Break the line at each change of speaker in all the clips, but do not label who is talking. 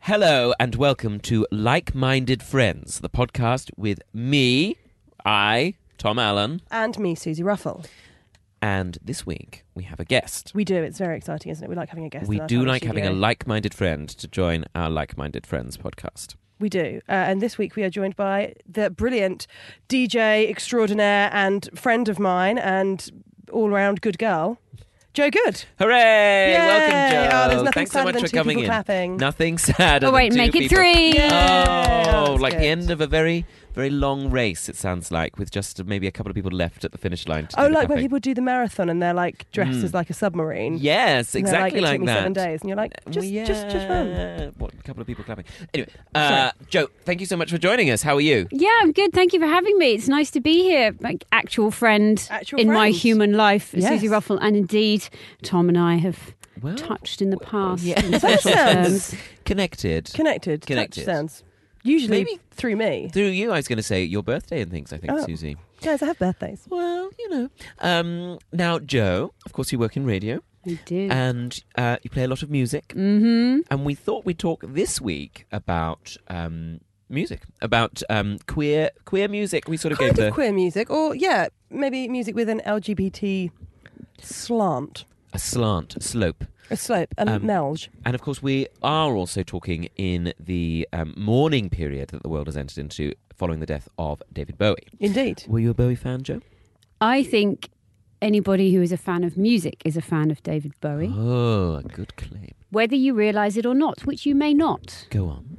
Hello and welcome to Like Minded Friends, the podcast with me, I, Tom Allen,
and me, Susie Ruffle.
and this week we have a guest.
We do. It's very exciting, isn't it? We like having a guest.
We
in our
do
time
like having a
studio.
like minded friend to join our Like Minded Friends podcast.
We do. Uh, and this week we are joined by the brilliant DJ extraordinaire and friend of mine and all round good girl, Joe Good.
Hooray!
Yay!
Welcome, Joe.
Oh, there's nothing
Thanks so
sadder
much
than
for
two
coming
people
in.
clapping.
Nothing sad.
Oh wait, make it three.
Yay!
Oh,
That's
like
good.
the end of a very, very long race, it sounds like, with just maybe a couple of people left at the finish line. To do
Oh,
the
like when
clapping. Mm.
people do the marathon and they're like dressed as like a submarine.
Yes,
And they're
exactly
like,
like,
it took me
that.
seven days, and you're like,
Uh, Well,
just, just, just run.
yeah. What, a couple of people clapping. Anyway, uh, Joe, thank you so much for joining us. How are you?
Yeah, I'm good. Thank you for having me. It's nice to be here. Like actual friend
Actual
in my
friends.
human life,
Yes. Oh.
Susie Ruffle, and indeed Tom and I have
Well,
touched in the past.
yeah.
in social
That
terms.
Connected.
Connected. touch
Connected.
sounds. Usually
Maybe-
through me.
Through you, I was going to say your birthday and things, I think,
Oh.
Susie.
Guys, I have birthdays.
Well, you know. Um, now, Joe, of course, you work in radio
We do.
and uh, you play a lot of music.
mm-hmm.
And we thought we'd talk this week about. Um, Music about um, queer queer music. We sort of
kind
gave
of
the
queer music, or yeah, maybe music with an LGBT slant,
a slant, a slope,
a slope, a
Um,
melge.
And of course, we are also talking in the um, mourning period that the world has entered into following the death of David Bowie.
Indeed.
Were you a Bowie fan, Joe?
I think anybody who is a fan of music is a fan of David Bowie,
Oh, a good claim.
whether you realise it or not, which you may not.
Go on.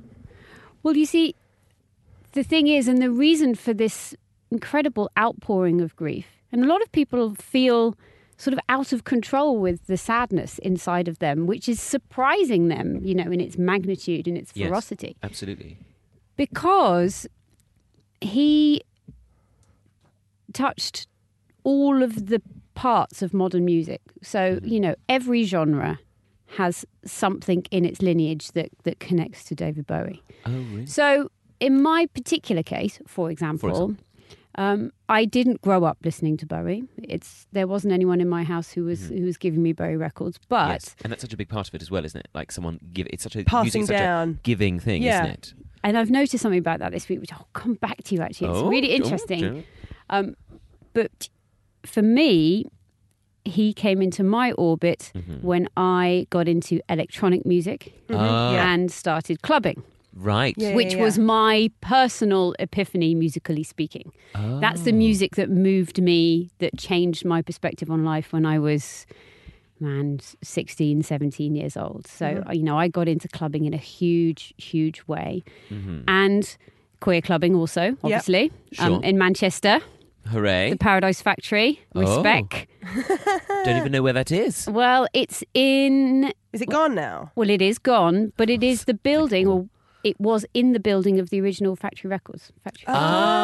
Well, you see, the thing is, and the reason for this incredible outpouring of grief, and a lot of people feel sort of out of control with the sadness inside of them, which is surprising them, you know, in its magnitude and its
Yes.
ferocity
Absolutely.
because he touched all of the parts of modern music. So, you know, every genre has something in its lineage that, that connects to David Bowie.
Oh, really?
So, in my particular case, for example, Um, I didn't grow up listening to Bowie. It's there wasn't anyone in my house who was who was giving me Bowie records, but
Mm-hmm. yes. And that's such a big part of it as well, isn't it? Like someone give it's such a
Passing
music's such
down.
a giving thing,
Yeah.
isn't it?
and I've noticed something about that this week, which I'll come back to you. Actually, it's
Oh,
really
Joe,
interesting.
Joe.
Um, but for me, he came into my orbit
Mm-hmm.
when I got into electronic music
Ah,
Yeah.
and started clubbing,
Right.
Yeah.
which was my personal epiphany, musically speaking.
Ah.
That's the music that moved me, that changed my perspective on life when I was. Man, 16, 17 years old. So, you know, I got into clubbing in a huge, huge way.
Mm-hmm.
um, And queer clubbing also, obviously,
Sure.
um, in Manchester
Hooray.
the Paradise Factory.
Oh.
Respect.
Don't even know where that is.
Well, it's in.
Is it gone now?
Well, it is gone, but it is the building, or it was in the building of the original Factory Records factory,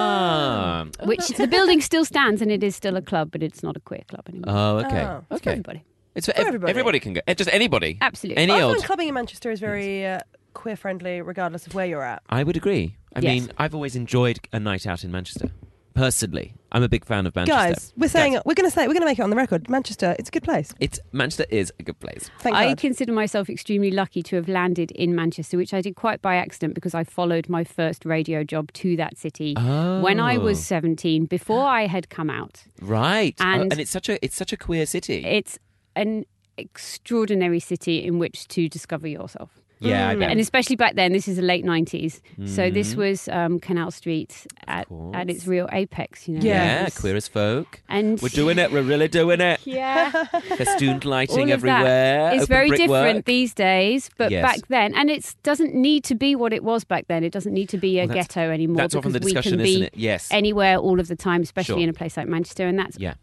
Ah.
which the building still stands, and it is still a club, but it's not a queer club anymore.
Oh, okay.
Oh.
It's for
okay.
everybody.
It's for, ev-
everybody.
Everybody can go. eh, Just anybody.
Absolutely.
Any
I
old.
find clubbing in Manchester is very uh, queer friendly, regardless of where you're at.
I would agree. I
Yes.
mean, I've always enjoyed a night out in Manchester. Personally, I'm a big fan of Manchester.
Guys, we're saying
Guys,
we're going to say we're going to make it on the record. Manchester, it's a good place.
it's Manchester is a good place.
Thank
I
God.
consider myself extremely lucky to have landed in Manchester, which I did quite by accident because I followed my first radio job to that city when I
Oh.
was 17, before I had come out.
right, Oh,
and-
it's such a it's such a queer city.
It's an extraordinary city in which to discover yourself.
yeah, I bet.
Mm, and especially back then, this is the late nineties. So this was um, Canal Street at,
course.
at its real apex, you know.
yeah,
Yes.
queer as folk.
And
We're doing it. We're really doing it.
yeah,
Festooned lighting
all of
everywhere.
that. It's
open
very
brickwork.
different these days, but
Yes.
back then, and it doesn't need to be what it was back then. It doesn't need to be a
Well, that's-
ghetto anymore.
That's often the
because we can
discussion,
be
isn't it? Yes.
Anywhere, all of the time, especially
Sure.
in a place like Manchester, and that's
yeah.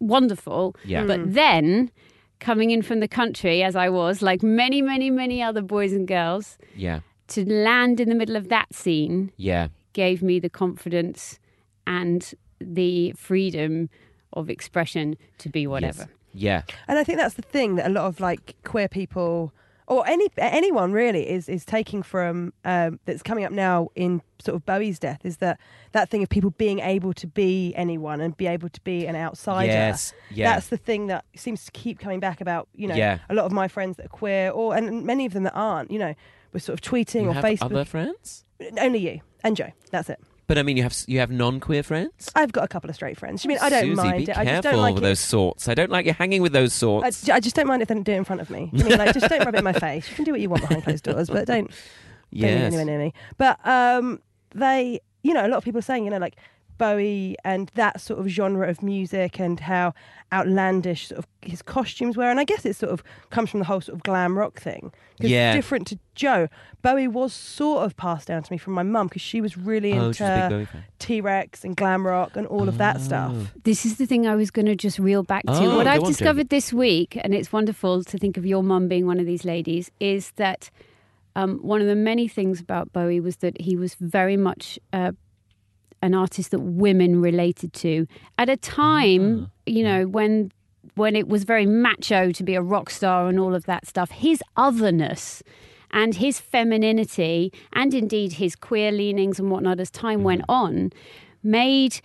wonderful.
Yeah.
But then coming in from the country, as I was, like many, many, many other boys and girls,
Yeah.
to land in the middle of that scene
Yeah.
gave me the confidence and the freedom of expression to be
Yes.
whatever.
Yeah.
And I think that's the thing that a lot of like queer people or any anyone really is is taking from um, that's coming up now in sort of Bowie's death is that that thing of people being able to be anyone and be able to be an outsider.
Yes. Yeah.
That's the thing that seems to keep coming back about, you know,
Yeah.
a lot of my friends that are queer or and many of them that aren't, you know, were sort of tweeting
you
or
have
Facebook.
other friends?
Only you and Joe. That's it.
But I mean, you have you have non-queer friends.
I've got a couple of straight friends. I mean, I don't
Susie,
mind
be
it.
careful
I just don't like
with
it.
those sorts. I don't like you hanging with those
I,
sorts.
I just don't mind if they don't do it in front of me. I mean, like, just don't rub it in my face. You can do what you want behind closed doors, but don't, don't leave
yes.
it
Oh,
anywhere near me. But um, they, you know, a lot of people are saying, you know, like Bowie and that sort of genre of music and how outlandish sort of his costumes were. And I guess it sort of comes from the whole sort of glam rock thing. 'Cause
Yeah.
Different to Joe, Bowie was sort of passed down to me from my mum because she was really
Oh, she's a big
into
Bowie fan.
T Rex and glam rock and all of that
Oh.
stuff.
This is the thing I was going to just reel back to.
Oh,
what
go
I've
on,
discovered this week, and it's wonderful to think of your mum being one of these ladies, is that um, one of the many things about Bowie was that he was very much uh, an artist that women related to at a
Ah.
time, you know, when when it was very macho to be a rock star and all of that stuff. His otherness and his femininity, and indeed his queer leanings and whatnot, as time went on, made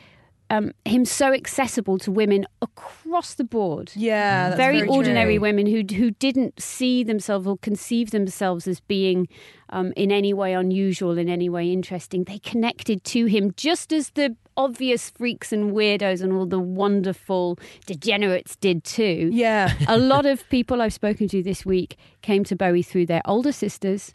um, him so accessible to women across the board.
Yeah.
very,
very
ordinary women who who didn't see themselves or conceive themselves as being um, in any way unusual, in any way interesting. They connected to him just as the obvious freaks and weirdos and all the wonderful degenerates did too.
Yeah.
A lot of people I've spoken to this week came to Bowie through their older sisters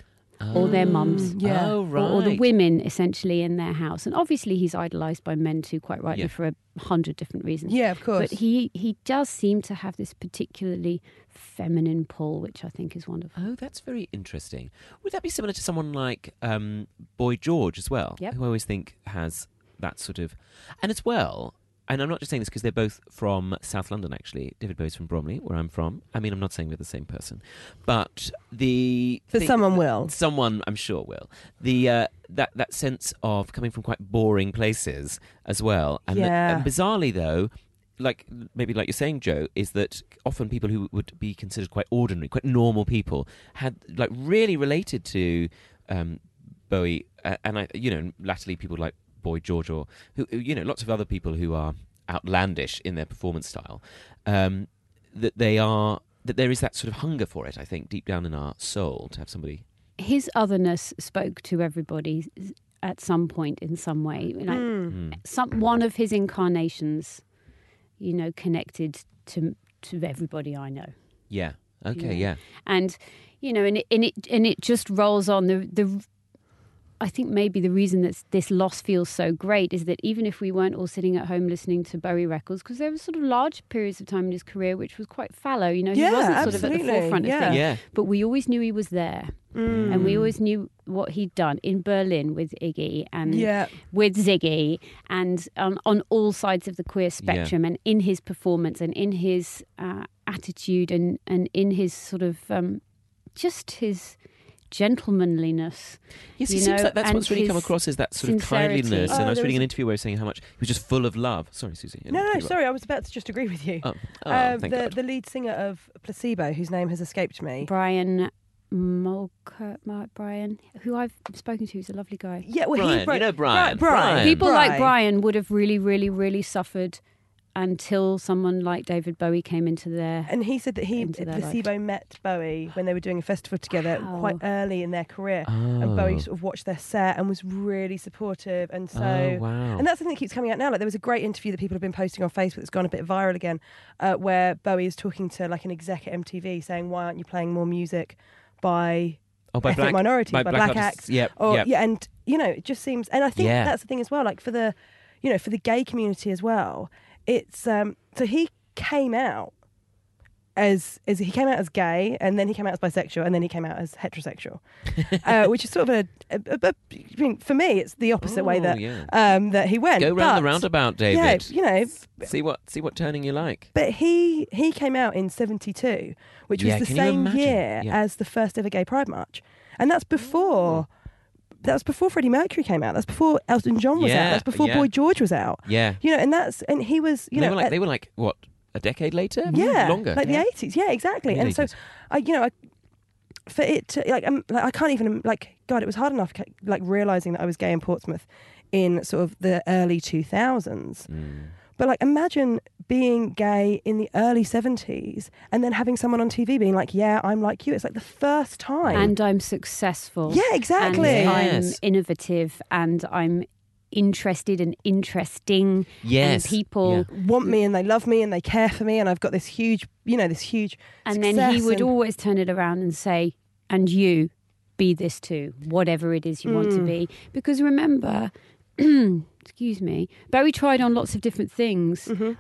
or their mums.
Mm, Yeah.
Oh
Or,
right.
or the women essentially in their house, and obviously he's idolized by men too, quite rightly
Yeah.
for a hundred different reasons.
Yeah, of course.
But he he does seem to have this particularly feminine pull, which I think is wonderful.
Oh, that's very interesting. Would that be similar to someone like um, Boy George as well?
Yep.
Who I always think has that sort of. And as well, and I'm not just saying this because they're both from South London, actually. David Bowie's from Bromley, where I'm from. I mean, I'm not saying we're the same person, but the.
But
thing-
someone will.
Someone, I'm sure, will. The uh, that that sense of coming from quite boring places as well, and, that-
Yeah.
and bizarrely though, like maybe like you're saying, Joe, is that often people who would be considered quite ordinary, quite normal people, had like really related to um, Bowie, uh, and I, you know, latterly people like Boy George or who, who, you know, lots of other people who are outlandish in their performance style. Um, that they are. That there is that sort of hunger for it, I think, deep down in our soul, to have somebody
His otherness spoke to everybody at some point in some way. Like
Mm.
Eh,
some one of his incarnations, you know, connected to to everybody I know.
Yeah. Okay. Yeah.
Yeah. and you know and it, and it and it just rolls on the the I think maybe the reason that this loss feels so great is that even if we weren't all sitting at home listening to Bowie records, because there were sort of large periods of time in his career which was quite fallow, you know,
Yeah,
he wasn't sort of at
absolutely,
the forefront
yeah.
of things.
Yeah.
But we always knew he was there,
mm.
and we always knew what he'd done in Berlin with Iggy and
Yeah.
with Ziggy and um, on all sides of the queer spectrum and in his performance and in his uh, attitude and, and in his sort of um, just his gentlemanliness.
Yes,
You
it seems
know,
like that's
and
what's really come
his
across is that sort of
sincerity.
kindliness. and
Oh,
I was
there
reading
was
an
a-
interview where he was saying how much he was just full of love. Sorry, Susie. I
No, no,
interrupted.
sorry, I was about to just agree with you.
Oh, oh,
Um,
thank
the,
God.
the lead singer of Placebo, whose name has escaped me.
Brian Mulker, Mark Brian, who I've spoken to, is a lovely guy.
Yeah, well,
Brian,
he wrote,
you know Brian.
Bri- Brian.
Brian.
People like
Brian.
Brian would have really, really, really suffered until someone like David Bowie came into their
And he said that he
Into their
Placebo met Bowie when they were doing a festival together
Wow.
quite early in their career,
Oh.
and Bowie sort of watched their set and was really supportive. And so,
oh wow.
And that's the thing that keeps coming out now. Like there was a great interview that people have been posting on Facebook that's gone a bit viral again, uh, where Bowie is talking to like an exec at MTV saying, "Why aren't you playing more music by
oh, by
ethnic
black
minorities, by black
artists.
acts, Oh,
Yep.
or
yep.
yeah, and you know, it just seems, and I think
Yeah.
that's the thing as well. Like for the, you know, for the gay community as well, it's um. So he came out as as he came out as gay, and then he came out as bisexual, and then he came out as heterosexual, uh, which is sort of a, a, a- I mean, for me, it's the opposite way
Oh,
that
yeah.
um that he went.
Go round the
But,
roundabout,
Yeah,
David.
you know,
See what see what turning you like.
but he he came out in '72, which
Yeah,
was the
can you
same
imagine?
year
Yeah.
as the first ever gay pride march, and that's before that was before Freddie Mercury came out. That's before Elton John was
Yeah,
out. That's before
yeah.
Boy George was out.
Yeah.
You know, and that's and he was you
they
know
were like
at-
they were like what a decade later,
yeah
longer,
like the eighties. Yeah, exactly. And so,
Mid-eighties.
I you know I for it to, like, um, like I can't even like God, it was hard enough ca- like realizing that I was gay in Portsmouth in sort of the early two thousands.
Mm.
But like imagine being gay in the early seventies and then having someone on TV being like, "Yeah, I'm like you." It's like the first time.
and I'm successful.
Yeah, exactly.
And
Yes.
I'm innovative and I'm interested and interesting.
Yes.
And people.
Yeah.
want me and they love me and they care for me and I've got this huge, you know, this huge.
And then he
success
would
and-
always turn it around and say, and you be this too, whatever it is you want
Mm.
to be. Because remember, excuse me, Barry tried on lots of different things.
Mm-hmm.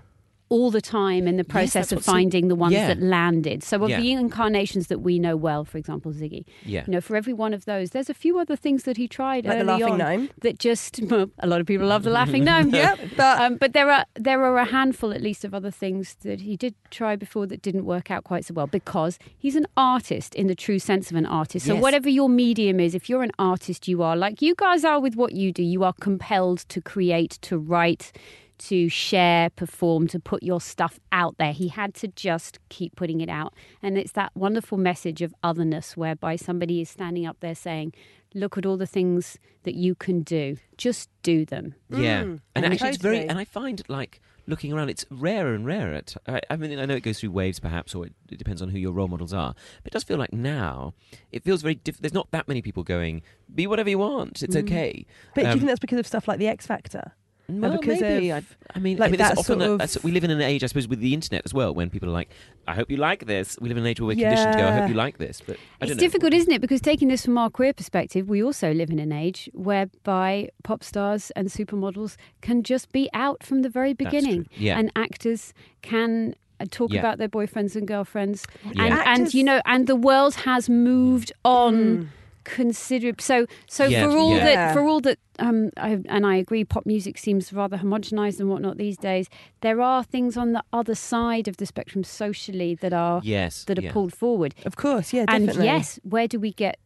All the time in the process
that's
of
what's so-
finding the ones
Yeah.
that landed. So, of
Yeah.
the incarnations that we know well, for example, Ziggy,
Yeah.
you know, for every one of those, there's a few other things that he tried
Like the
early
laughing
on
gnome.
that just well, a lot of people love the laughing gnome.
Yep, but-
um, but there are there are a handful at least of other things that he did try before that didn't work out quite so well because he's an artist in the true sense of an artist. So
Yes.
whatever your medium is, if you're an artist, you are like you guys are with what you do. You are compelled to create, to write. To share, perform, to put your stuff out there. He had to just keep putting it out. And it's that wonderful message of otherness whereby somebody is standing up there saying, Look at all the things that you can do. Just do them.
Yeah, and
Mm,
actually, it's very.
totally.
And I find like looking around, it's rarer and rarer. At, I, I mean, I know it goes through waves, perhaps, or it, it depends on who your role models are. But it does feel like now it feels very. Diff- there's not that many people going be whatever you want. It's okay.
But do
Um,
you think that's because of stuff like the X Factor?
no,
because
maybe.
of,
I, I mean,
like,
I mean, there's
that
often
sort
a-
of-
that's- we live in an age, I suppose, with the internet as well, when people are like, "I hope you like this." We live in an age where we're conditioned to go, "I
Yeah.
hope you like this," but I
It's
don't know.
difficult, isn't it? Because taking this from our queer perspective, we also live in an age whereby pop stars and supermodels can just be out from the very
That's true.
beginning.
Yeah.
And actors can uh, talk
Yeah.
about their boyfriends and girlfriends.
Yeah.
And, and,
Actors- Mm. Hmm,
you know, and the world has moved on. considerably. so so
Yeah,
for all
yeah.
that
Yeah.
for all that um I, and i agree pop music seems rather homogenized and whatnot these days there are things on the other side of the spectrum socially that are
Yes,
that are
yeah.
pulled forward
Of course, yeah,
Uh,
and
definitely.
yes, where do we get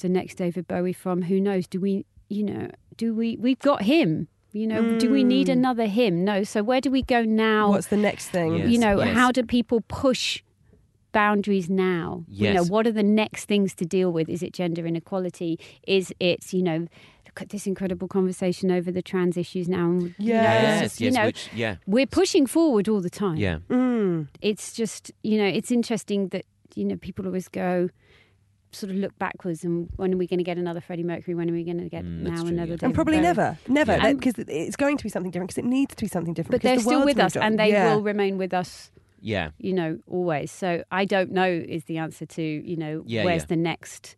the next David Bowie from? Who knows? Do we, you know, do we, we've got him, you know, do we need
Hmm.
another him? No. So where do we go now?
What's the next thing?
Yeah.
you
Yes,
know,
yes.
how do people push boundaries now? You know,
Yes.
what are the next things to deal with? Is it gender inequality? Is it, you know, look at this incredible conversation over the trans issues now? and, you know, it's
Yes,
yes,
just, you
yes,
know,
which, yeah,
we're pushing forward all the time
yeah,
Mm.
it's just you know it's interesting that you know people always go sort of look backwards and when are we going to get another Freddie Mercury? When are we going to get
Mm, that's
now
true,
another?
yeah.
David
And probably
Bowie?
never, never,
Yeah.
like, because it's going to be something different. Because it needs to be something different.
But
because the
they're still
world's
with us,
moved on.
and they
Yeah.
will remain with us.
yeah.
You know, always. So I don't know is the answer to you know
Yeah,
where's
yeah.
the next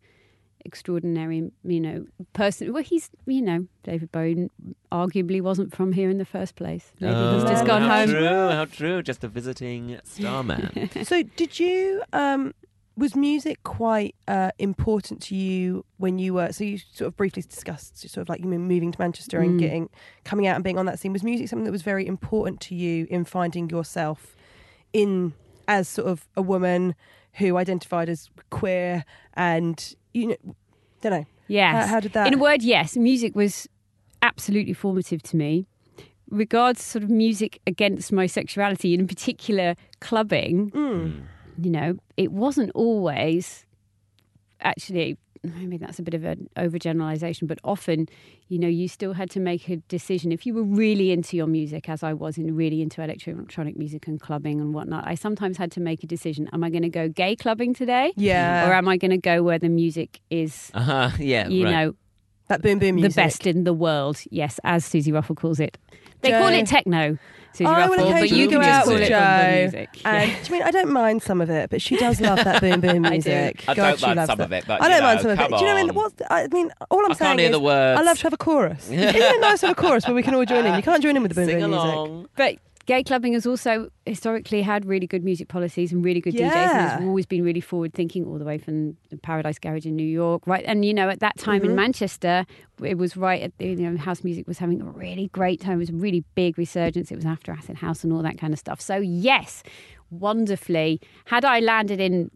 extraordinary you know person? Well, he's you know David Bowie arguably wasn't from here in the first place. Maybe he's
Oh,
just gone
how
home.
True, how true. Just a visiting starman.
so, did you? Um, was music quite uh, important to you when you were? So you sort of briefly discussed sort of like you moving to Manchester and
Mm.
getting coming out and being on that scene. Was music something that was very important to you in finding yourself in as sort of a woman who identified as queer and you know, don't know.
Yes.
How- how did that-
In a word, yes. Music was absolutely formative to me. Regards sort of music against my sexuality, and in particular clubbing,
Mm.
you know, it wasn't always actually. I mean, that's a bit of an overgeneralization, but often, you know, you still had to make a decision. If you were really into your music, as I was, and really into electro- electronic music and clubbing and whatnot, I sometimes had to make a decision. Am I going to go gay clubbing today?
Yeah.
Or am I going to go where the music is,
uh-huh, yeah,
you
right.
know,
That boom boom music.
the best in the world. Yes, as Susie Ruffle calls it. They call
Joe.
it techno, Susie
I will
Ruffle, but
occasionally
you
go
can
out
just call
with
it
Joe.
bumper music.
And do you mean I don't mind some of it, but she does love that boom boom
I do.
music.
I
God,
don't
she
mind
loves
some
that.
of it, but,
I don't
Uh, you
mind
know,
some of it.
come
Do you know what I mean?
on.
What's, I mean, all I'm
I
saying
can't hear
is
the words.
I love to have a chorus. Isn't it nice to have a chorus where we can all join in? You can't join in with the boom
Sing
boom music.
along.
But gay clubbing has also historically had really good music policies and really good DJs. And
Yeah.
it's always been really forward thinking, all the way from the Paradise Garage in New York, right? And you know, at that time
Mm-hmm.
in Manchester, it was right at the, you know, house music was having a really great time. It was a really big resurgence. It was after acid house and all that kind of stuff. So yes, wonderfully, had I landed in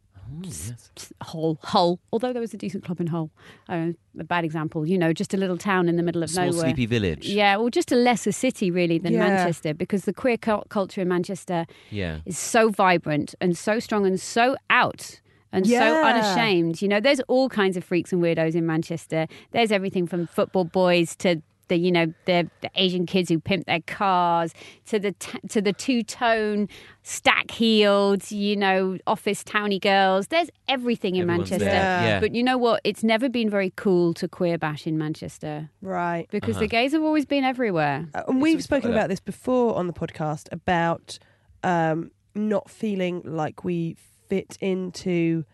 Hull, Hull. Although there was a decent club in Hull, uh, a bad example. You know, just a little town in the middle of
Small
nowhere.
sleepy village.
Yeah, well, just a lesser city really than
Yeah.
Manchester because the queer cul- culture in Manchester
Yeah.
is so vibrant and so strong and so out and so
Yeah.
unashamed. You know, there's all kinds of freaks and weirdos in Manchester. There's everything from football boys to the you know the, the Asian kids who pimp their cars to the t- to the two tone stack heeled you know office towny girls. There's everything in
Everyone's
Manchester.
there. Yeah.
But you know what? It's never been very cool to queer bash in Manchester
Right.
because
Uh-huh.
the gays have always been everywhere.
Uh, And we've
always felt
spoken
like that.
about this before on the podcast about um, not feeling like we fit into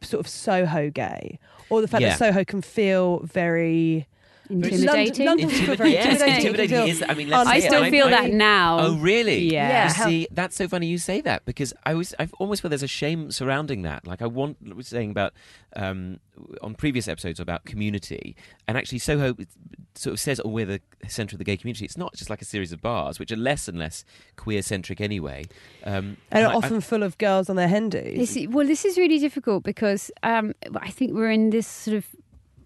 sort of Soho gay, or the fact
Yeah.
that Soho can feel very
Intimidating.
London- London-
Intimi-
Very
yes,
intimidating.
intimidating is. I mean, let's
I
say it.
still
I-
feel
I-
that now.
Oh, really?
Yeah.
Yeah,
You
how-
see, that's so funny you say that because I was I've almost feel there's a shame surrounding that. Like I want I was saying about um, on previous episodes about community, and actually Soho sort of says, "Oh, we're the centre of the gay community." It's not just like a series of bars, which are less and less queer centric anyway. Um,
and
I-
are
I-
often full of girls on their hendies.
This is, well, this is really difficult because um, I think we're in this sort of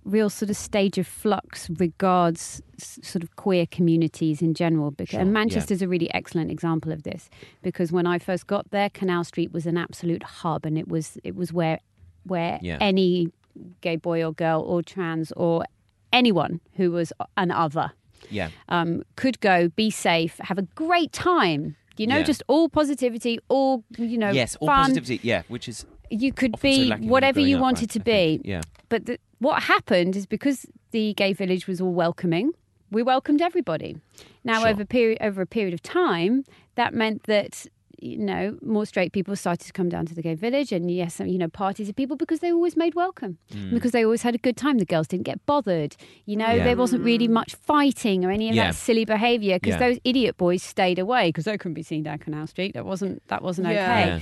real sort of stage of flux regards s- sort of queer communities in general. Because,
Sure,
and
yeah.
Manchester's a really excellent example of this because when I first got there, Canal Street was an absolute hub, and it was it was where where
Yeah.
any gay boy or girl or trans or anyone who was an other
yeah,
um, could go, be safe, have a great time. You know,
Yeah.
just all positivity, all you know,
yes, all
fun
positivity. Yeah, which is
you could
often so
be
lacking when you're
whatever
growing
you
up,
wanted
right,
to
I
be.
think. Yeah,
But the, what happened is because the gay village was all welcoming, we welcomed everybody. Now
Sure.
over period over a period of time, that meant that you know more straight people started to come down to the gay village, and yes, you know parties of people because they were always made welcome because they always had a good time. The girls didn't get bothered. You know
Hmm. Yeah.
there wasn't really much fighting or any of
Yeah.
that silly behaviour because
Yeah.
those idiot boys stayed away because they couldn't be seen down Canal Street. That wasn't that wasn't
Yeah.
okay.
yeah.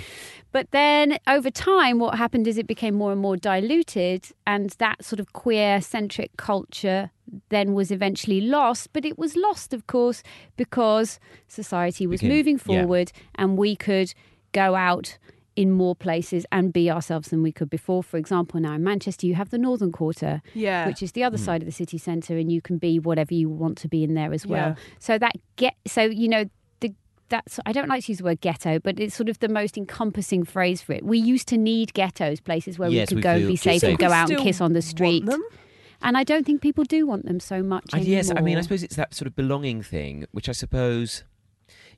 But then over time, what happened is it became more and more diluted, and that sort of queer centric culture then was eventually lost. But it was lost, of course, because society was
Became-
moving
yeah.
forward and we could go out in more places and be ourselves than we could before. For example, now in Manchester, you have the Northern Quarter,
yeah.
which is the
Hmm.
other side of the city centre, and you can be whatever you want to be in there as well.
Yeah.
So that get so you know the that's I don't like to use the word ghetto, but it's sort of the most encompassing phrase for it. We used to need ghettos, places where
Yes,
we could
we
go and
feel-
be safe
Do you
and go
think we
out and
still
kiss on the
want
street.
them?
And I don't think people do want them so much
And
anymore.
Uh, yes, I mean, I suppose it's that sort of belonging thing, which I suppose,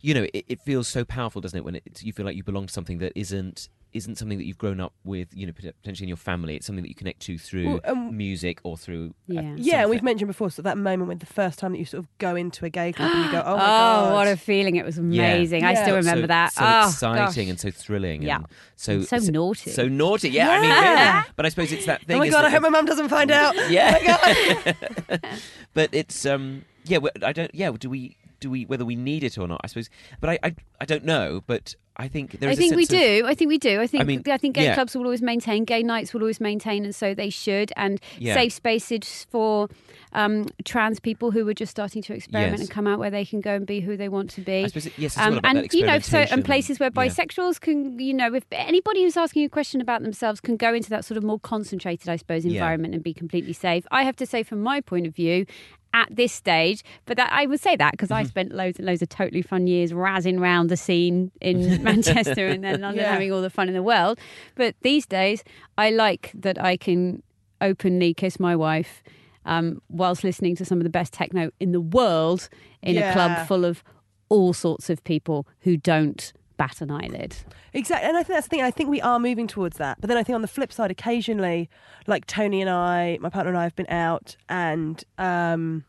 you know, it, it feels so powerful, doesn't it? When it, you feel like you belong to something that isn't isn't something that you've grown up with, you know, pot- potentially in your family. It's something that you connect to through
Well, um,
music or through uh,
Yeah.
Yeah, and
something.
we've mentioned before, so that moment when the first time that you sort of go into a gay club and you go, oh,
Oh,
my God.
what a feeling! It was amazing. I
Yeah.
still
So-
remember that.
So
oh,
exciting
gosh.
and so thrilling.
Yeah.
And so,
So naughty.
So naughty. Yeah, I mean,
Yeah.
really. But I suppose it's that thing.
Oh my
isn't
God, I
it?
hope my mum doesn't find out. uh,
Yeah. but it's um yeah we- I don't yeah do we do we whether we need it or not I suppose but I I, I don't know but I think there
I
is a
think we
sense of-
do. I think we do. I think I,
mean,
think gay
yeah.
clubs will always maintain, gay nights will always maintain, and so they should. And
Yeah.
safe spaces for um, trans people who are just starting to experiment
Yes.
and come out, where they can go and be who they want to be.
I suppose it- yes it's
Um,
all about
Um, and
that
you know, so
experimentation
and places where
yeah.
bisexuals can, you know, if anybody who's asking a question about themselves can go into that sort of more concentrated, I suppose,
Yeah.
environment and be completely safe. I have to say, from my point of view, at this stage, but that I would say that because
Mm-hmm.
I spent loads and loads of totally fun years razzing round the scene in Manchester and then London,
Yeah.
having all the fun in the world. But these days, I like that I can openly kiss my wife. Um, whilst listening to some of the best techno in the world in a
Yeah.
club full of all sorts of people who don't bat an eyelid.
Exactly, and I think that's the thing. I think we are moving towards that. But then I think on the flip side, occasionally, like Tony and I, my partner and I, have been out, and um,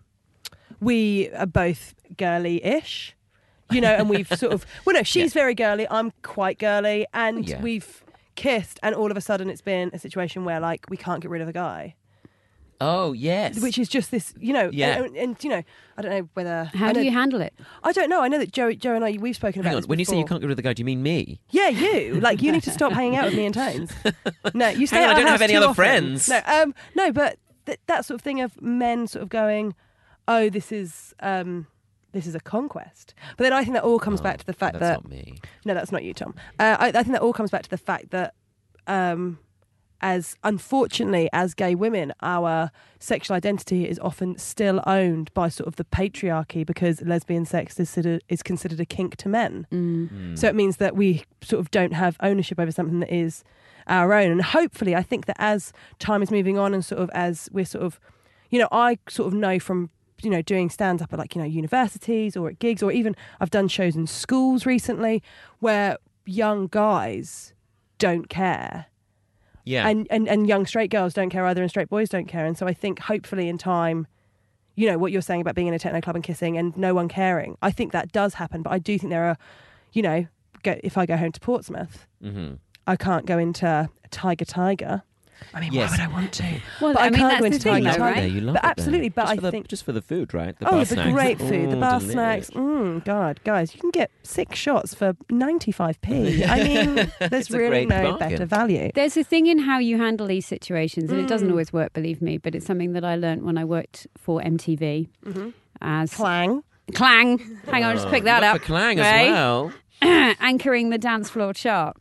we are both girly-ish, you know. And we've sort of, well, no, she's very girly. I'm quite girly, and
Yeah.
we've kissed, and all of a sudden, it's been a situation where like we can't get rid of a guy,
oh yes
which is just this, you know.
Yeah.
And, and, you know, I don't know whether
How
I
do
know-
you handle it?
I don't know. I know that Joe, Joe and I, we've spoken
hang
about.
on
this
when you say you
before.
can't get rid of the guy do you mean me
Yeah, you. Like you need to stop hanging out with me and Tones. No, you stay.
Hang on,
at
I
our
don't have
house
any
too
other
often.
friends.
No, um, no, but th- that sort of thing of men sort of going, "Oh, this is um, this is a conquest." But then I think that all comes back to the fact
Oh, that's
that
not me
no, that's not you, Tom. Uh, I, I think that all comes back to the fact that um, as unfortunately as gay women, our sexual identity is often still owned by sort of the patriarchy because lesbian sex is considered, is considered a kink to men.
Mm.
So it means that we sort of don't have ownership over something that is our own. And hopefully, I think that as time is moving on and sort of as we're sort of, you know, I sort of know from you know doing stand up at like you know universities or at gigs or even I've done shows in schools recently where young guys don't care
Yeah.
and, and and young straight girls don't care either, and straight boys don't care. And so I think hopefully in time, you know what you're saying about being in a techno club and kissing and no one caring. I think that does happen, but I do think there are, you know, go, if I go home to Portsmouth,
mm-hmm.
I can't go into Tiger Tiger. I mean,
Yes.
why would I want to?
Well,
But
I
I
mean,
can't go
that's the
into
thing,
Tiger
though,
Tiger.
right?
There, you love
But
it there.
absolutely, but
Just
I
for the-
think-
just for the food, right? The
oh,
bar
the
snacks.
great food, the
Oh,
bar
delicious.
snacks. Mm, God, guys, you can get six shots for ninety five p. I mean,
It's
there's
a
really
great
no
bargain.
better value.
There's a thing in how you handle these situations, and it doesn't
Mm.
always work, believe me, but it's something that I learnt when I worked for MTV as
Mm-hmm. Clang.
Clang. Hang on, just pick that
Look
up.
For clang
Right?
as well.
Anchoring the dance floor chart,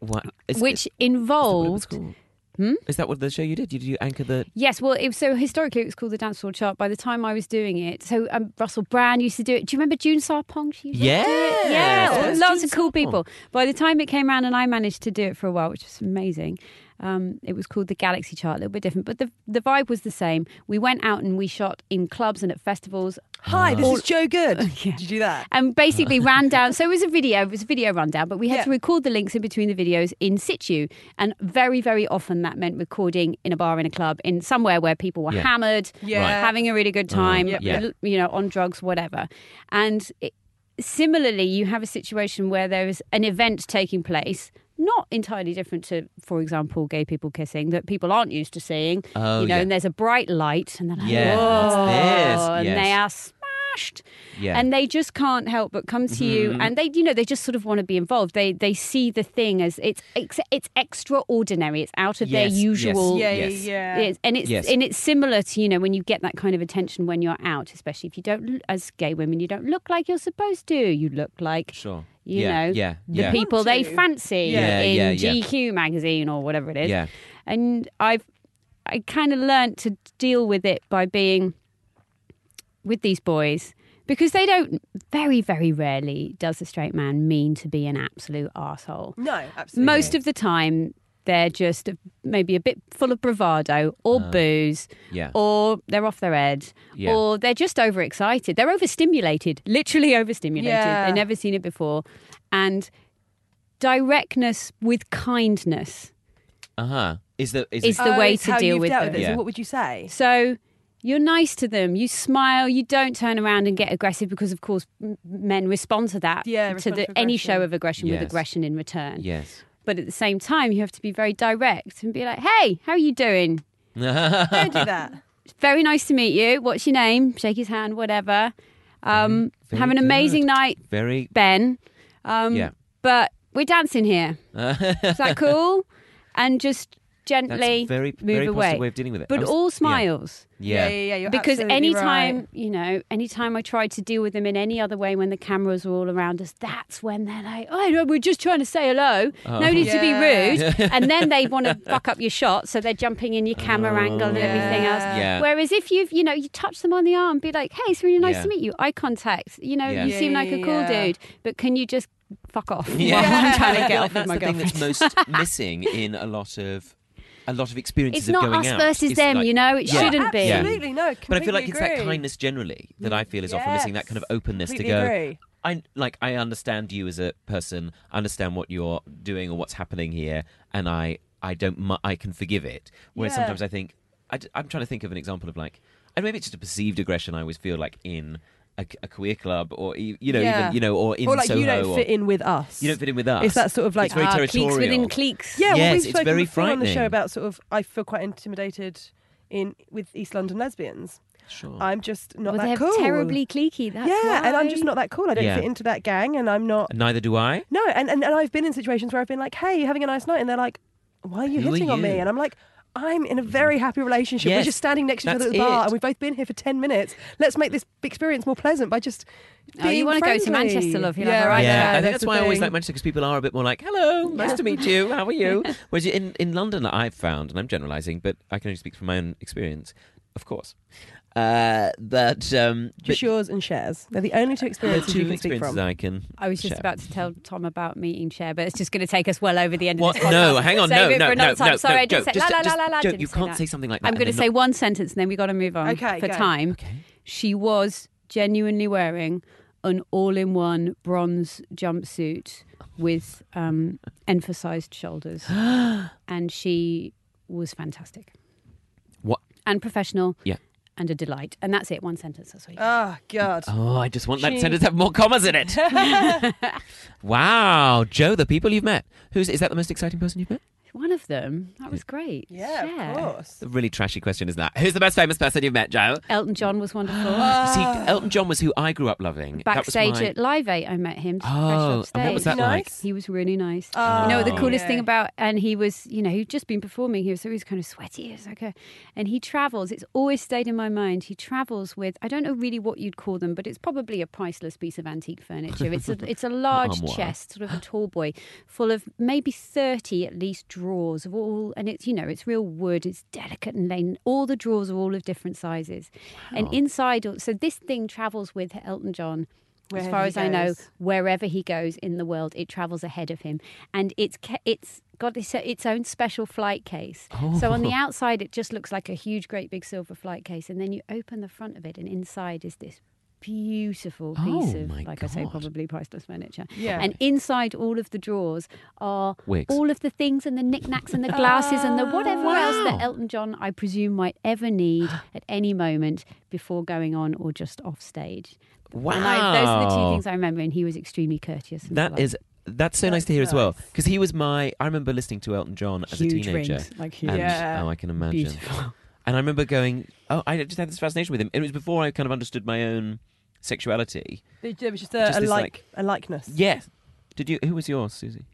What? Is,
which
is that what it was
involved.
called?
Hmm?
Is that what the show you did? You did you anchor the?
Yes, well, it, so historically it was called the dance floor chart. By the time I was doing it, so um, Russell Brand used to do it. Do you remember June Sarpong? She used to
Yes,
do it. yeah,
yes,
lots
June
of cool
Sarpong.
people. By the time it came around and I managed to do it for a while, which was amazing. Um, it was called the Galaxy Chart, a little bit different, but the the vibe was the same. We went out and we shot in clubs and at festivals,
Hi, this is Joe Good.
Yeah.
Did you do that?
and basically
Uh.
ran down. So it was a video, it was a video rundown, but we had
Yeah.
to record the links in between the videos in situ. And very, very often that meant recording in a bar, in a club, in somewhere where people were
Yeah.
hammered,
Yeah.
Right.
having a really good time,
Yep. Yeah.
you know, on drugs, whatever. And it, similarly, you have a situation where there is an event taking place. Not entirely different to, for example, gay people kissing that people aren't used to seeing.
Oh,
you know,
yeah.
and there's a bright light, and they're like,
Yeah, what's
"Whoa,"
this?
and
Yes.
they are smashed
Yeah.
and they just can't help but come to
Mm-hmm.
you and they you know they just sort of want to be involved they they see the thing as it's it's, it's extraordinary it's out of
Yes,
their
yes,
usual
Yeah, yeah, Yes.
yeah.
It's- and it's
Yes.
and it's similar to you know when you get that kind of attention when you're out especially if you don't l- as gay women you don't look like you're supposed to you look like
Sure.
you
yeah,
know
Yeah.
the
yeah.
people they
Want to.
fancy
Yeah.
in
Yeah, yeah, yeah.
GQ magazine or whatever it is
Yeah.
and I've I kind of learnt to deal with it by being with these boys because they don't very very rarely does a straight man mean to be an absolute asshole.
No, absolutely.
Most of the time they're just maybe a bit full of bravado or booze
Yeah.
or they're off their head
Yeah.
or they're just overexcited. They're overstimulated, literally overstimulated.
Yeah.
They've never seen it before. And directness with kindness
Uh huh. Is the is,
Is
it-
the way
Oh, it's
to
how
deal
you've
with
dealt
them.
it.
Yeah.
So what would you say?
So you're nice to them. You smile. You don't turn around and get aggressive because, of course, m- men respond to that.
Yeah,
to
respond
the,
to
any
aggression.
show of aggression
Yes.
with aggression in return.
yes.
But at the same time, you have to be very direct and be like, "Hey, how are you doing?
Don't do that.
It's Very nice to meet you. What's your name? Shake his hand. Whatever. Um,
very
have an amazing
good.
night,
Very.
Ben. Um,
Yeah.
But we're dancing here. Is that cool? And just
That's
gently
very
move
very
away.
positive way of dealing with it. I
but
was-
all
yeah.
smiles.
Yeah.
yeah, yeah. You're
because
absolutely
anytime
right.
you know anytime i tried to deal with them in any other way when the cameras were all around us that's when they're like oh no, we're just trying to say hello
Uh-huh.
no need
Yeah.
to be rude and then they want to fuck up your shot so they're jumping in your camera angle and everything else
Yeah.
Oh, Yeah.
Whereas if you've, you know, you touch them on the arm, be like, hey, it's really nice
Yeah.
to meet you. Eye contact. You know,
Yeah.
you
Yeah,
seem
yeah,
like a
yeah,
cool
yeah.
dude, but can you just fuck off
Yeah.
while I'm trying
I
to
feel
get
like
off with
that's
my
the thing
girlfriend?
that's most missing in a lot of a lot of experiences
It's
of
not
going
us
out.
versus
It's
them,
like-
you know? It
Yeah.
shouldn't be.
Yeah.
Absolutely, no.
But I feel like it's
completely
that
agree.
kindness generally that I feel is often missing. That kind of
Yes.
openness
Completely
to go.
agree.
I like I understand you as a person, I understand what you're doing or what's happening here, and I I don't mu- I can forgive it. Whereas
Yeah.
sometimes I think I, am trying to think of an example of like, and maybe it's just a perceived aggression. I always feel like in a, a queer club or e- you know
Yeah.
even you know or in
or like
Soho
you don't
or
fit in with us.
you don't fit in with us.
It's that sort of like
it's very
Ah, cliques
territorial.
within cliques.
Yeah,
Yes,
well, we've
it's
spoken
very
before on the
frightening.
show about sort of I feel quite intimidated in with East London lesbians.
Sure.
I'm just not that
Well, they're
cool.
terribly cliquey. That's
yeah, and I'm
why.
just not that cool. I don't
Yeah.
fit into that gang, and I'm not.
Neither do I.
No, and, and and I've been in situations where I've been like, "Hey, you having a nice night," and they're like, "Why are you
Who are
hitting on
you? Mm-hmm.
me?" And I'm like, I'm in a very happy relationship. We're
Yes,
just standing next to each other at
that's
the bar
it.
and we've both been here for 10 minutes. Let's make this experience more pleasant by just.
Oh, you
being
wanna go to
friendly."
Manchester, love, you're like, all right,
yeah,
no,
I think
that's
that's
the
why I always
thing.
like Manchester because people are a bit more like, "Hello, nice
Yeah.
to meet you. How are you?" Whereas in in London, I've found, and I'm generalising, but I can only speak from my own experience, of course. Uh, that um, but
Just yours and shares. They're the only
the
two experiences you
two
can speak
experiences
from.
I can.
I was just
share.
about to tell Tom about meeting Cher, but it's just going to take us well over the end
What?
of this podcast.
No, hang on,
Save
no,
it
no,
for
no,
another time.
no,
Sorry,
no,
I didn't
Joe,
say
just-
la la
just-
la la.
Joe,
didn't
you
say
can't
that.
say something like that.
I'm
and
going to
then
say
not-
one sentence, and then we got to move on
Okay,
for
go.
time.
Okay.
She was genuinely wearing an all-in-one bronze jumpsuit with um, emphasized shoulders, and she was fantastic
What?
and professional.
Yeah.
and a delight. And that's it. One sentence. That's all. You
Oh, God.
uh, Oh, I just want that
She-
sentence to have more commas in it. wow, Joe, the people you've met. Who's is that the most exciting person you've met?
One of them. That was great.
yeah,
Cher.
of course.
The really trashy question is that. Who's the most famous person you've met, Joe?
Elton John was wonderful.
Ah.
See, Elton John was who I grew up loving. That was
Backstage
my-
at Live 8, I met him. fresh
Oh,
off
and what was
stage.
that like?
Nice.
He was really nice.
Oh,
you know, the
Oh.
coolest
yeah.
thing about, and he was, you know, he'd just been performing. He was, so he was kind of sweaty. It was like a, and he travels. It's always stayed in my mind. He travels with, I don't know really what you'd call them, but it's probably a priceless piece of antique furniture. It's a, it's a large
Armoire.
chest, sort of a tall boy, full of maybe 30 at least drawers of all, and it's, you know, it's real wood. It's delicate and laden. All the drawers are all of different sizes. And inside, so this thing travels with Elton John as
Wherever
far
he
as I know,
goes.
wherever he goes in the world, it travels ahead of him, and it's ca- it's got this, its own special flight case. So on
Oh.
the outside, it just looks like a huge, great big silver flight case, and then you open the front of it, and inside is this beautiful piece
Oh,
of,
my
like I say,
God.
probably priceless furniture.
Yeah.
And inside all of the drawers are
Wigs.
all of the things and the knickknacks and the glasses and the whatever
Oh,
else that Elton John, I presume, might ever need at any moment before going on or just off stage.
Wow.
And I, those are the two things I remember, and he was extremely courteous. And
That
polite.
is that's so nice to hear as well because he was my. I remember listening to Elton John as a
huge
teenager.
rings, like huge,
And,
Yeah.
Oh, I can imagine.
beautiful.
And I remember going, oh, I just had this fascination with him. And it was before I kind of understood my own sexuality.
There was just a,
Just
a,
this,
like,
like-
a likeness.
Yes. Did you? Who was yours, Susie?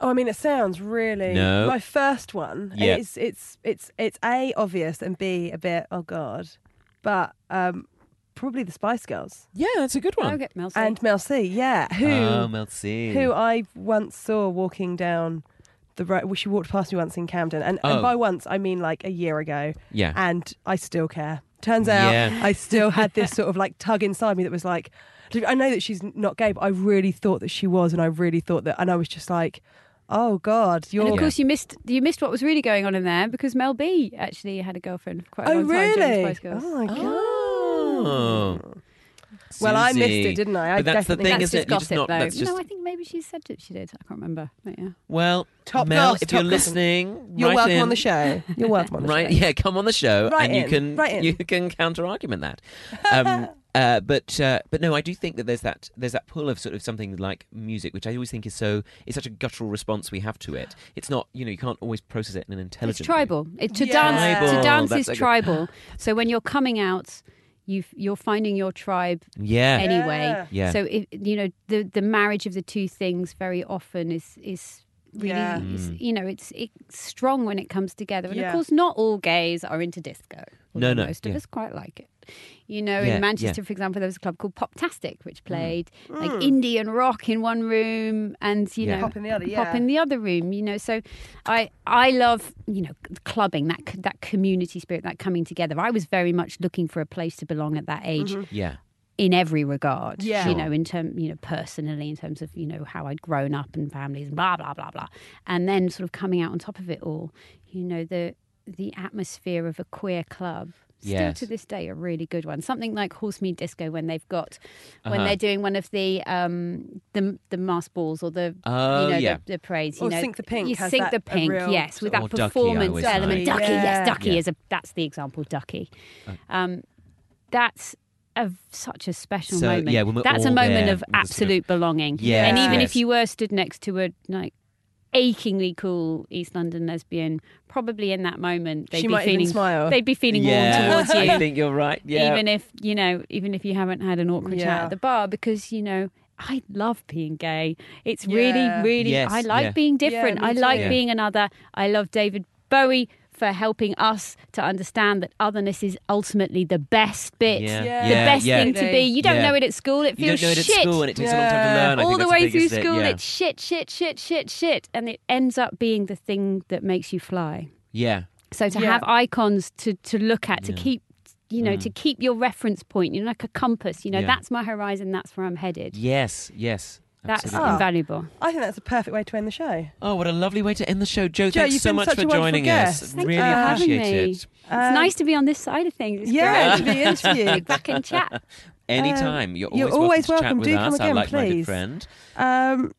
Oh, I mean, it sounds really.
No.
My first one.
Yeah.
It's it's it's it's a obvious and b a bit. Oh God, but um, probably the Spice Girls
Yeah, that's a good
Oh, okay, Mel C.
and Mel C. Yeah, who
Oh, Mel C.
who I once saw walking down the road. Well, she walked past me once in Camden, and,
Oh.
and by once I mean like a year ago,
yeah.
and I still care. Turns out
Yeah.
I still had this sort of like tug inside me that was like, I know that she's not gay, but I really thought that she was, and I really thought that, and I was just like, oh God, you're.
And of course, you missed you missed what was really going on in there because Mel B actually had a girlfriend for quite a
Oh
long time. during the
really?
Spice Girls.
Oh my god!
Oh.
Well, I missed
Susie.
it, didn't I? I
But that's the
definitely-
thing,
that's
isn't it? You're just
just gossip,
not-
though.
that's just-
No, I think maybe she said that she did. I can't remember. But yeah.
Well,
Top
Mel,
goss,
if
top
you're
goss.
listening,
You're
write
welcome
in.
on the show. You're welcome on the
right
show.
yeah come on the show
Right
and you
in,
can
right in.
you can counter argument that um uh, but uh, but no, I do think that there's that there's that pull of sort of something like music, which I always think is so it's such a guttural response we have to it. It's not you know you can't always process it in an intelligent.
It's tribal. It, to
Yeah.
dance,
Tribal,
to dance
that's
is
a good-
tribal. So when you're coming out, you you're finding your tribe
Way. Yeah,
anyway.
Yeah.
So if, you know the the marriage of the two things very often is is really
Yeah.
is-
Mm.
you know it's it's strong when it comes together. And
Yeah.
of course, not all gays are into disco.
No,
although
no,
most of
yeah.
us quite like it. You know,
Yeah, Mm. yeah.
in Manchester, for example, there was a club called Poptastic, which played like
Mm.
Indian rock in one room, and you
Yeah.
know,
Pop in the other,
pop
yeah.
in um, the other room. You know, so I I love you know clubbing that c- that community spirit, that coming together. I was very much looking for a place to belong at that age
yeah,
in every regard.
Yeah.
You know, in term, you know, personally, in terms of you know how I'd grown up and families and blah blah blah blah, and then sort of coming out on top of it all, you know, the the atmosphere of a queer club. Still
Yes.
to this day, a really good one. Something like Horsemead Disco when they've got when
Uh-huh.
they're doing one of the um the the mask balls or the
Oh,
you know
yeah.
the, the parades. You
Or
know,
Sink the Pink
You
has
sink
that-
the
a
pink,
real
yes, with
Or
that
Ducky, I
performance
always
like.
element. Ducky, yes,
Yeah.
Ducky
Yeah. Uh,
is a that's the example. Ducky. Um, that's a such a special
So,
moment.
yeah, when we're
that's a
all
moment
there
of
and just sort of-
absolute belonging.
Yes,
and even
yes.
if you were stood next to a like achingly cool East London lesbian, probably in that moment they'd
She
be
might
feeling
even smile.
they'd be feeling warm towards you
I think you're right. Yeah,
even if you know even if you haven't had an awkward chat
Yeah.
at the bar because you know i love being gay it's
Yeah.
really really
Yes,
i like
yeah.
being different
Yeah, me
i like
too.
being another i love david Bowie for helping us to understand that otherness is ultimately the best bit,
Yeah.
Yeah.
the
yeah,
best
yeah.
thing to be. You don't
Yeah.
know it at school; it
You
feels
don't know it at
shit.
school, and it takes a long time to
Yeah.
learn. I
all
think
the
that's
way through
biggest thing,
school,
yeah.
it's shit, shit, shit, shit, shit, and it ends up being the thing that makes you fly.
yeah,
So to
Yeah.
have icons to to look at to
Yeah. Mm.
keep you know to keep your reference point, you know, like a compass. You know,
Yeah.
that's my horizon. That's where I'm headed.
yes, yes.
That's
absolutely.
Ah.
invaluable.
I think that's a perfect way to end the show.
Oh, what a lovely way to end the show, Joe.
Joe,
thanks
you've
so
been
much
such
for
a wonderful
joining us.
guest.
Thank
really
you for having
appreciate
me.
it.
Um,
it's nice to be on this side of things. It's
Yeah, to
great.
be interviewed.
back and chat.
Anytime, you're always,
Um, you're always
welcome,
welcome.
to
Do
chat
come
with us. I
again,
like my good
please.
friend.
Um,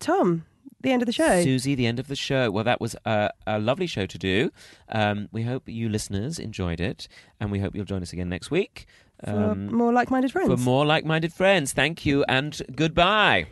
Tom, the end of the show.
Susie, the end of the show. Well, that was a, a lovely show to do. Um, we hope you listeners enjoyed it, and we hope you'll join us again next week Um,
for more like-minded friends.
for more like minded friends. Thank you, and goodbye.